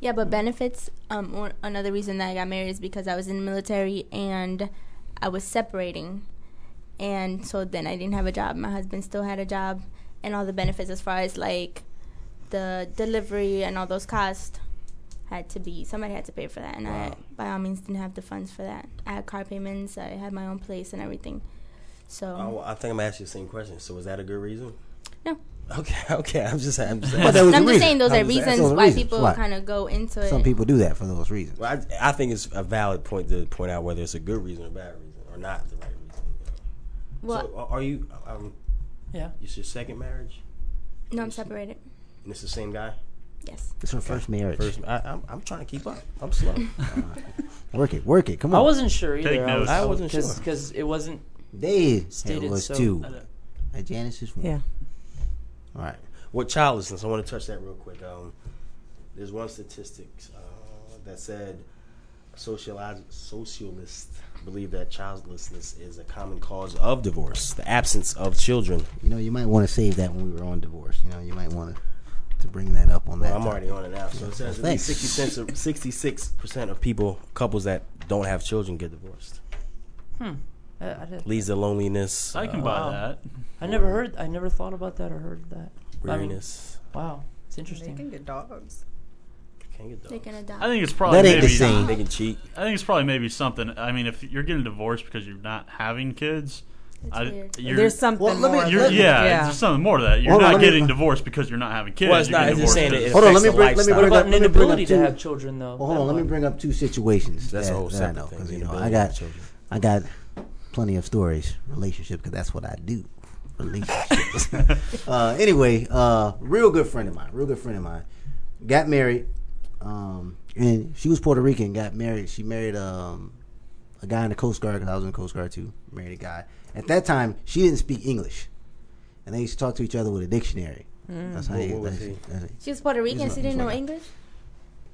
Yeah, but benefits. Um, or another reason that I got married is because I was in the military and I was separating, and so then I didn't have a job. My husband still had a job, and all the benefits as far as like the delivery and all those costs had to be somebody had to pay for that, and I Wow. by all means didn't have the funds for that. I had car payments. I had my own place and everything. So Oh, I think I'm asking the same question. So was that a good reason? No. Okay, okay. I'm just, I'm just. But that was I'm just the reason. saying those I'm are just asking reasons the why reasons people why. kind of go into it. Some people do that for those reasons. Well, I, I think it's a valid point to point out whether it's a good reason or bad reason or not the right reason. well, So are- are you? Um, Yeah. It's your second marriage, no, I'm separated. and it's the same guy. Yes. It's her first marriage. First, I, I'm, I'm trying to keep up. I'm slow. Work it, work it. Come on. I wasn't sure either. Take I, was, notes. Oh, I wasn't cause, sure. because it wasn't. They Stated it was uh, so. two. And Janice is one. Yeah. All right. What childlessness? I want to touch that real quick. Um, there's one statistic uh, that said socialize, socialists believe that childlessness is a common cause of divorce, the absence of children. You know, you might want to save that when we were on divorce. You know, you might want to to bring that up on that. Well, I'm already on it now. So it says at least Thanks. 60 cents of, 66% of people, couples that don't have children, get divorced. I, I, did- Leads to loneliness, I can uh, buy Wow. that. I never heard. I never thought about that or heard that. I mean, weariness. wow, it's They interesting. can get dogs. Can't get dogs. They can adopt. I think it's probably That ain't the maybe same. They can cheat. I think it's probably maybe something. I mean, if you're getting divorced because you're not having kids, I, weird. you're, There's something Well, let me- more. you're- let me- yeah, there's something more to that. You're Hold on, not let me- getting divorced because you're not having kids. Well, it's you're not. It's getting just saying divorced it Hold on, let affects me the bring- let me lifestyle. bring What it about an let me bring inability up to two- have children though? Well, hold on. Let me bring up two situations. That's a that, whole that I separate know, 'cause, thing. you know, I Inability got to have children. I got plenty of stories, relationships, because that's what I do. Relationships. uh, anyway, uh, real good friend of mine, real good friend of mine, got married, um, and she was Puerto Rican. Got married. She married um, a guy in the Coast Guard because I was in the Coast Guard too. Married a guy. At that time, she didn't speak English, and they used to talk to each other with a dictionary. That's how What- you. what was that's- he? that's it. she was Puerto Rican. He's She not- didn't he's know like- English.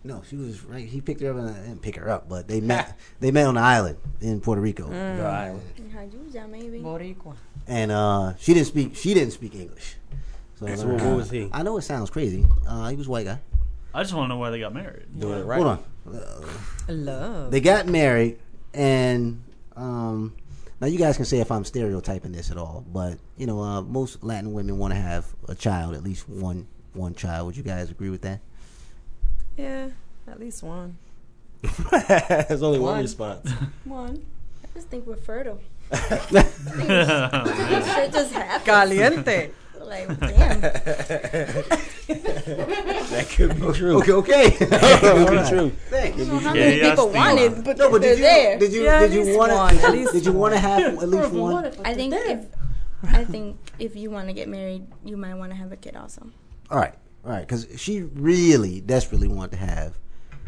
No, she was right. He picked her up and I didn't pick her up, but they met. they met on the island in Puerto Rico, Mm. Right. Ajuda, maybe. Boricua. and uh, she didn't speak. She didn't speak English. So, So what- what was he? I know it sounds crazy. Uh, he was a white guy. I just want to know why they got married. Doing it right. Hold on. Love. They got married, and um, now you guys can say if I'm stereotyping this at all, but you know, uh, most Latin women want to have a child, at least one one child. Would you guys agree with that? Yeah, at least one. There's only one One. response. One. I just think we're fertile. I Shit just happened. Caliente. Like, damn. That could be true. Okay, okay. Could be Alright. true. Thanks. I don't know how Yeah, many yeah, people Steve. want it, but, No, but they're did you, there. did you Yeah, at did you least want one, at to least did you want to have at least one? I think if I think if you want to get married, you might want to have a kid also. All right, all right, because she really desperately wanted to have,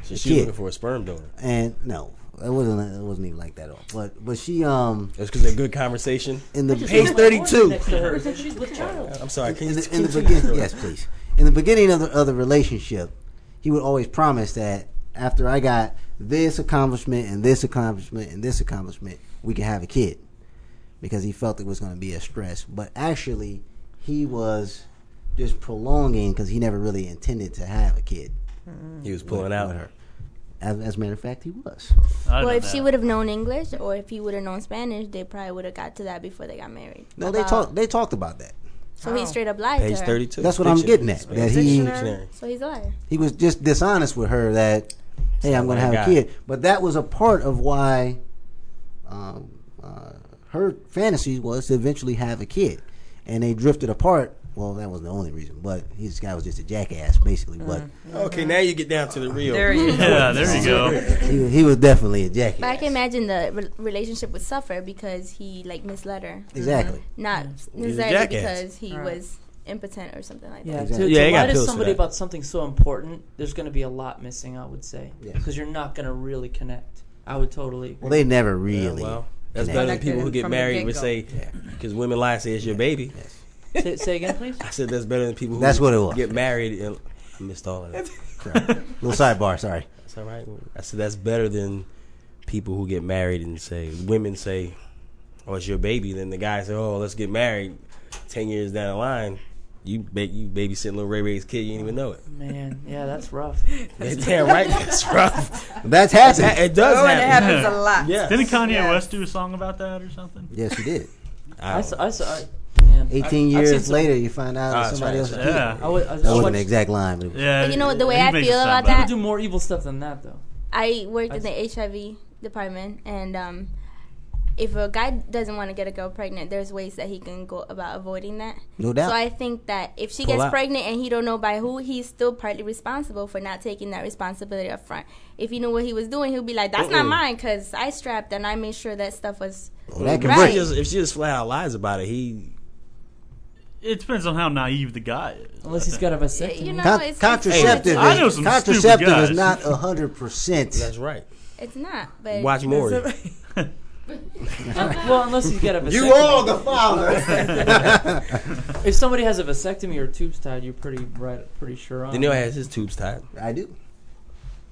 So A she's kid. looking for a sperm donor. and no, it wasn't. It wasn't even like that at all. But but she um That's because they're good conversation. in the page thirty two Next to her, so she's with child. I'm sorry. Can in you the, can in you the keep beginning. going? Yes, please. In the beginning of the of the relationship, he would always promise that after I got this accomplishment and this accomplishment and this accomplishment, we can have a kid, because he felt it was going to be a stress. But actually, he was just prolonging because he never really intended to have a kid. He was pulling out with her. As, as a matter of fact, he was. Well, if she would have known English or if he would have known Spanish, they probably would have got to that before they got married. No, they About- talked. They talked about that. So he straight up lied Page to her. thirty-two. That's what I'm getting at, that he- Dictionary. So he's a liar. He was just dishonest with her that, hey, I'm going to like have that. a kid. But that was a part of why um, uh, her fantasy was to eventually have a kid, and they drifted apart. Well, that wasn't the only reason, but this guy was just a jackass, basically. Okay, now you get down to the real. There you go. Mm. Yeah, there you go. But he, he was definitely a jackass. But I can imagine the re- relationship would suffer because he like misled her, Exactly. Mm-hmm. not He's a misled her jackass. because he Right. was impotent or something like Yeah, that. to, Exactly. to Yeah, it got lie to pills for somebody that. about something so important, there's going to be a lot missing, I would say, Yes. because you're not going to really connect. I would totally. Agree. Well, they never Yeah, really. well, that's Connected better than people who get from the married would get-go. say, because women lie, say it's your baby. Yes. say, say again, please. I said that's better than people who That's what it was. get married. And I missed all of that. Little sidebar, sorry. That's all right. I said that's better than people who get married and say women say, "Oh, it's your baby." Then the guy say, "Oh, let's get married." Ten years down the line, you ba- you babysitting little Ray Ray's kid. You didn't even know it. Man, yeah, that's rough. Damn right, that's rough. That's That's, happened. it does Oh, and it happen. happens a lot. Yeah. Didn't Kanye Yes. West do a song about that or something? yes, you did. I I saw. don't- I saw. I, man, I- 18 I've seen years some- later, you find out Ah, that that's somebody right, else's that's kid. right. Yeah. I was. I was That wasn't watching- the exact line, but it was- Yeah. But you know what, the way I he makes it feel sound about better. that- People do more evil stuff than that, though. I worked in the HIV department, and um, if a guy doesn't want to get a girl pregnant, there's ways that he can go about avoiding that. no doubt. So I think that if she Pull gets out. pregnant and he don't know by who, he's still partly responsible for not taking that responsibility up front. If he knew what he was doing, he'd be like, "That's not Mm-mm. mine," because I strapped and I made sure that stuff was. Well, that can If she Right. just- If she just flat out lies about it, he It depends on how naive the guy is. Unless he's got a vasectomy. You know, Con- it's, contraceptive Hey, I know is, some contraceptive stupid is guys. not 100%. that's right. it's not. But Watch Maury. well, unless he's got a vasectomy. You are the father. If somebody has a vasectomy or tubes tied, you're pretty right, pretty sure on. Daniel has his tubes tied. I do.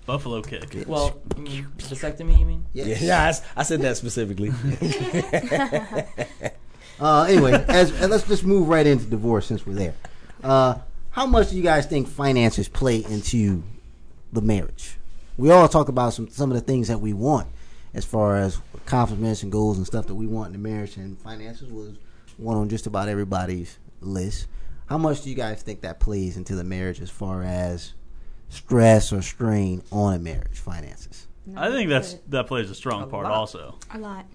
Buffalo kick. Well, you mean vasectomy, you mean? Yes. Yeah, yeah I s- I, said that specifically. Uh, anyway, as, and let's just move right into divorce since we're there. Uh, how much do you guys think finances play into the marriage? We all talk about some some of the things that we want as far as accomplishments and goals and stuff that we want in the marriage, and finances was one on just about everybody's list. How much do you guys think that plays into the marriage as far as stress or strain on a marriage? Finances. I think that's that plays a strong A part lot. also. a lot.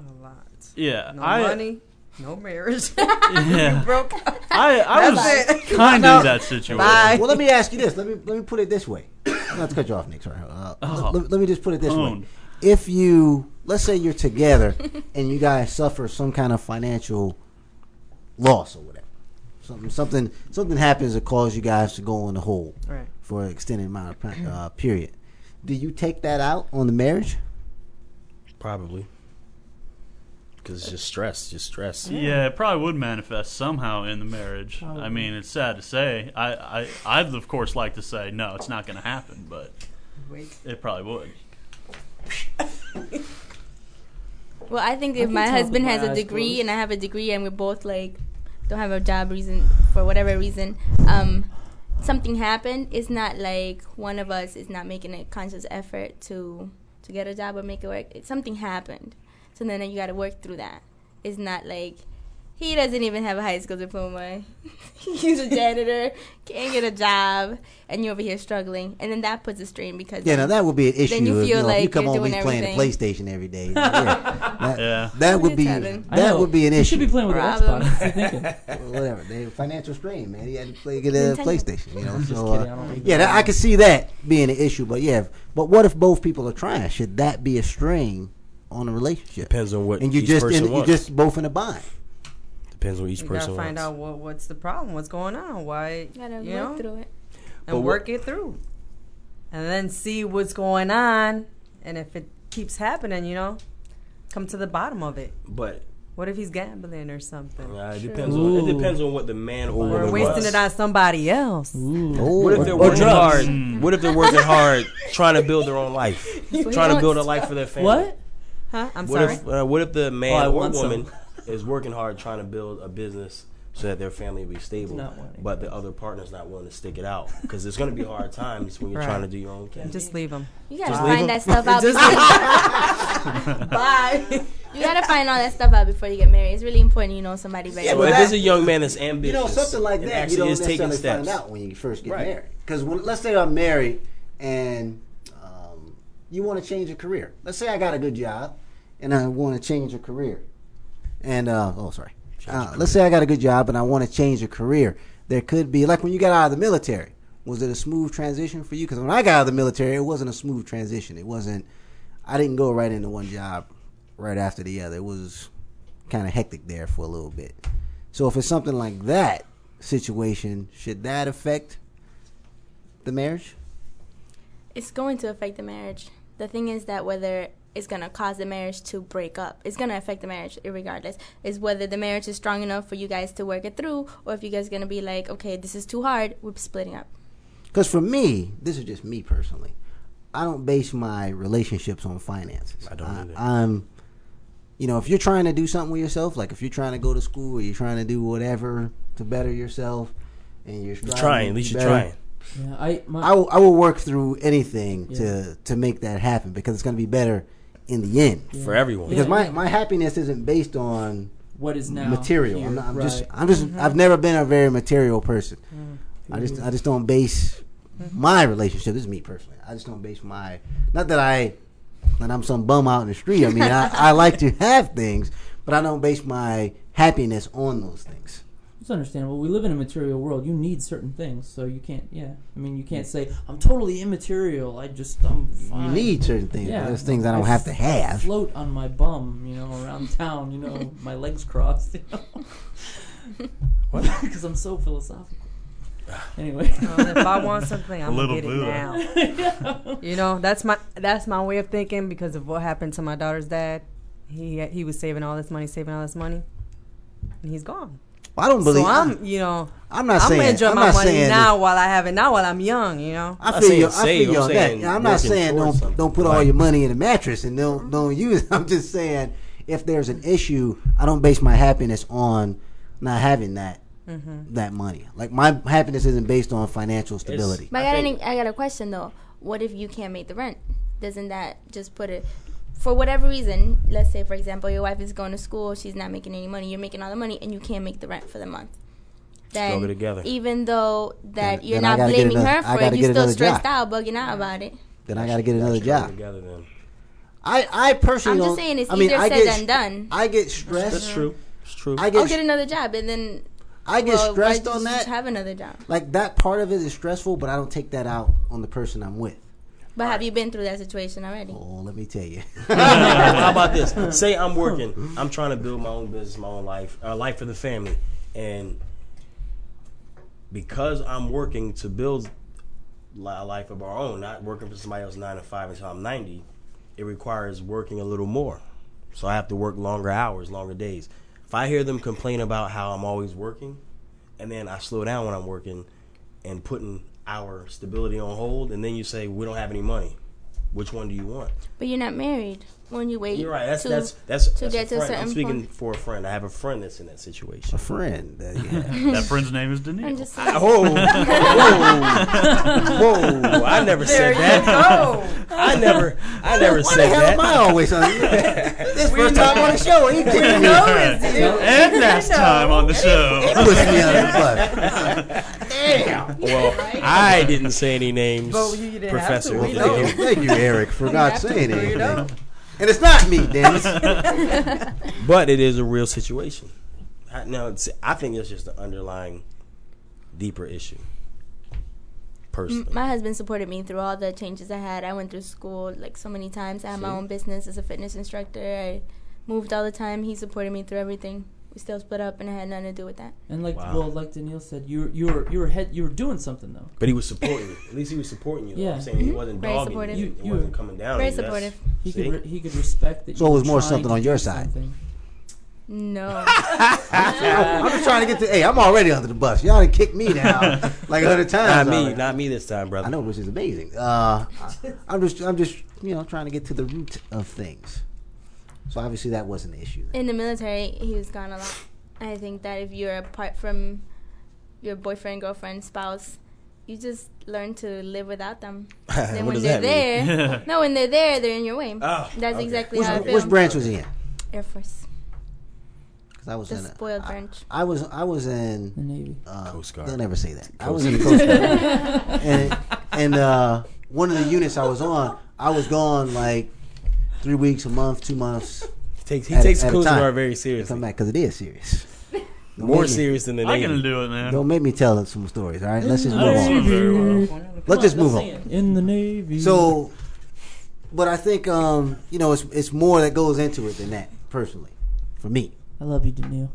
a lot. Yeah, No I, money, no marriage. yeah, Broke. I, I That's was it. kind No. of that situation. Bye. well, let me ask you this. Let me let me put it this way. Not to cut you off, Nick. Sorry. Uh, Uh-huh. Oh. let, let me just put it this way. Owned. If you let's say you're together and you guys suffer some kind of financial loss or whatever, something something something happens that causes you guys to go in the hole Right. for an extended amount of pri- uh, period. Do you take that out on the marriage? Probably. Because it's just stress, just stress. Yeah, it probably would manifest somehow in the marriage. I mean, it's sad to say. I, I, I'd of course like to say no, it's not going to happen, but Wait. it probably would. Well, I think I if can my tell if husband my has a eyes degree closed. and I have a degree and we're both like don't have a job reason for whatever reason, um, something happened. It's not like one of us is not making a conscious effort to to get a job or make it work. It, something happened, so then you got to work through that. It's not like he doesn't even have a high school diploma. He's a janitor, can't get a job, and you're over here struggling, and then that puts a strain because Yeah, now that would be an issue. you if, feel know, if you like come you're home, doing he's playing the PlayStation every day. Yeah, that, Yeah. that would It's be happened. I that know. would be an You issue. should be playing with Problem. an Xbox. I'm thinking. whatever. They financial strain, man. He had to play get a Nintendo. PlayStation, you know. I'm just so, kidding. uh, I don't think yeah, that, I could see that being an issue. But yeah, if- but what if both people are trying? Should that be a strain on a relationship? Depends on what And you each just person in, you wants. just both in a bind. Depends on what each You gotta person find wants. out what, what's the problem, what's going on, why you gotta you work know, through it. But and what- work it through, and then see what's going on, and if it keeps happening, you know, come to the bottom of it. But What if he's gambling or something, uh, it depends on it Ooh. depends on what the man or or woman wasting wants. it on somebody else? Oh, What if they're or working drugs. hard? What if they're working hard, trying to build their own life, what trying he to build a wants. life for their family? What? Huh? I'm What sorry. if uh, what if the Oh, I man or want some. woman is working hard trying to build a business so that their family will be stable, not want any but the other partner's not willing to stick it out because it's going to be hard times when you're Right. trying to do your own thing. Just leave him. You gotta Just leave find him. that stuff out. before- Bye. You gotta find all that stuff out before you get married. It's really important you know somebody very yeah, well. but that- if it's a young man that's you ambitious, know something like and that. You actually don't is taking necessarily steps. find out when you first get Right. married. Because let's say I'm married and um, you want to change your career. Let's say I got a good job and I want to change a career. And uh, oh, sorry. Uh, let's say I got a good job and I want to change a career. There could be like when you got out of the military. Was it a smooth transition for you? Because when I got out of the military, it wasn't a smooth transition. It wasn't. I didn't go right into one job right after the other. It was kind of hectic there for a little bit. So if it's something like that situation, should that affect the marriage? It's going to affect the marriage. The thing is that whether it's gonna cause the marriage to break up, it's gonna affect the marriage regardless. Is whether the marriage is strong enough for you guys to work it through, or if you guys gonna be like, okay, this is too hard, we're splitting up. Because for me, this is just me personally. I don't base my relationships on finances. I don't either. I'm, you know, if you're trying to do something with yourself, like if you're trying to go to school or you're trying to do whatever to better yourself, and you're, You're striving trying. to At least you're better- trying. Yeah, I my, I will, I will work through anything Yeah. to to make that happen because it's going to be better in the end. For everyone. Because Yeah. my, my happiness isn't based on what is now material. here, I'm, not, I'm right. just I'm Mm-hmm. just I've never been a very material person. I just I just don't base Mm-hmm. my relationship. This is me personally. I just don't base my not that I that I'm some bum out in the street. I mean I, I like to have things, but I don't base my happiness on those things. It's understandable. We live in a material world. You need certain things, so you can't. Yeah, I mean, you can't say I'm totally immaterial. I just I'm fine. You need certain things. but Yeah. There's things I don't I have to have. float on my bum, you know, around town, you know, my legs crossed, you know. What? Because I'm so philosophical. Anyway. Um, if I want something, I'm Little gonna get Buddha. it now. You know, that's my that's my way of thinking because of what happened to my daughter's dad. He he was saving all this money, saving all this money, and he's gone. I don't believe So I'm you know I'm not I'm saying gonna enjoy I'm my not money saying now while I have it now while I'm young. You know, I I'm feel saying you. I save, feel you I'm on that. saying Yeah, I'm not working saying towards don't something. don't put all Like- your money in a mattress and don't don't use. it. I'm just saying if there's an issue, I don't base my happiness on not having that Mm-hmm. that money. Like my happiness isn't based on financial stability. But I, I got think- an, I got a question though. What if you can't make the rent? Doesn't that just put it for whatever reason? Let's say, for example, your wife is going to school, she's not making any money. You're making all the money, and you can't make the rent for the month. Then, Struggle together. even though that Then- you're then I not gotta get blaming another- I her for gotta it, get you're still another stressed job. out, bugging out about it. Then I got to get another Should go job. Together then. I I I'm personally just don't- saying it's I mean, easier I said get than str- done. I get stressed. That's true. It's true. I I'll get get str- another job, and then I get well, why stressed just on that. Have another job. Like that part of it is stressful, but I don't take that out on the person I'm with. But have you been through that situation already? Oh, let me tell you. How about this? Say I'm working. I'm trying to build my own business, my own life, a life for the family, and because I'm working to build li- a life of our own, not working for somebody else nine to five until I'm ninety, it requires working a little more. So I have to work longer hours, longer days. If I hear them complain about how I'm always working, and then I slow down when I'm working, and putting our stability on hold, and then you say we don't have any money. Which one do you want? But you're not married when you wait. You're right. That's to- that's that's, to that's get to a friend. I'm certain speaking point. for a friend. I have a friend that's in that situation. A friend. that you have. That friend's name is I'm Daniil. just saying. Oh, whoa, whoa! I never said that. Oh, I never, I never Why the said hell am I that. always on? this first time on the show. He kicked me. and last time on the He show. pushed me under the bus. Damn. Well, I didn't say any names, Well, you didn't have Professor. to. We Thank you. know. Thank you, Eric, for not have to saying figure anything. it out. And it's not me, damn it. But it is a real situation. I, now, it's, I think it's just the underlying, deeper issue. Personally, Mm, My husband supported me through all the changes I had. I went through school like so many times. I had my See? own business as a fitness instructor. I moved all the time. He supported me through everything. We still split up, and I had nothing to do with that. and like Wow. well, like Daniil said, you were you were you were head you were doing something though. but he was supporting you. At least he was supporting you. Yeah. I'm saying he wasn't Mm-hmm. Very dogging supportive. you. He You- wasn't you- coming down. Very on you. That's- supportive. He see? could re- he could respect that. So you it were was more trying something to on your do side. something. No, I'm just trying to get to. Hey, I'm already under the bus. Y'all done kicked me down like a hundred Not times. me. already. Not me this time, brother. I know, which is amazing. Uh, I- I'm just, I'm just, you know, trying to get to the root of things. So obviously that wasn't the issue. in the military, he was gone a lot. I think that if you're apart from your boyfriend, girlfriend, spouse, you just learn to live without them. then Uh, What when does they're that mean? there, no, when they're there, they're in your way. Oh, That's okay. exactly Which, how I feel. which branch was he in? Air Force, Because I was the in. A, Ah. spoiled branch. I was, I was in. The Navy. uh, Coast Guard. They'll never say that. I was in the Coast Guard, and and uh, one of the units I was on, I was gone like three weeks, a month, two months. Takes, he At a- takes at a Coast time. Guard very Come seriously. back because it is serious. Don't More make me- serious than the I can Navy. do it, man. Don't make me tell some stories. All right, let's just I move don't on. want very well. Let's just move on. In the Navy. So, but I think um, you know it's it's more that goes into it than that personally, for me. I love you, Daniil.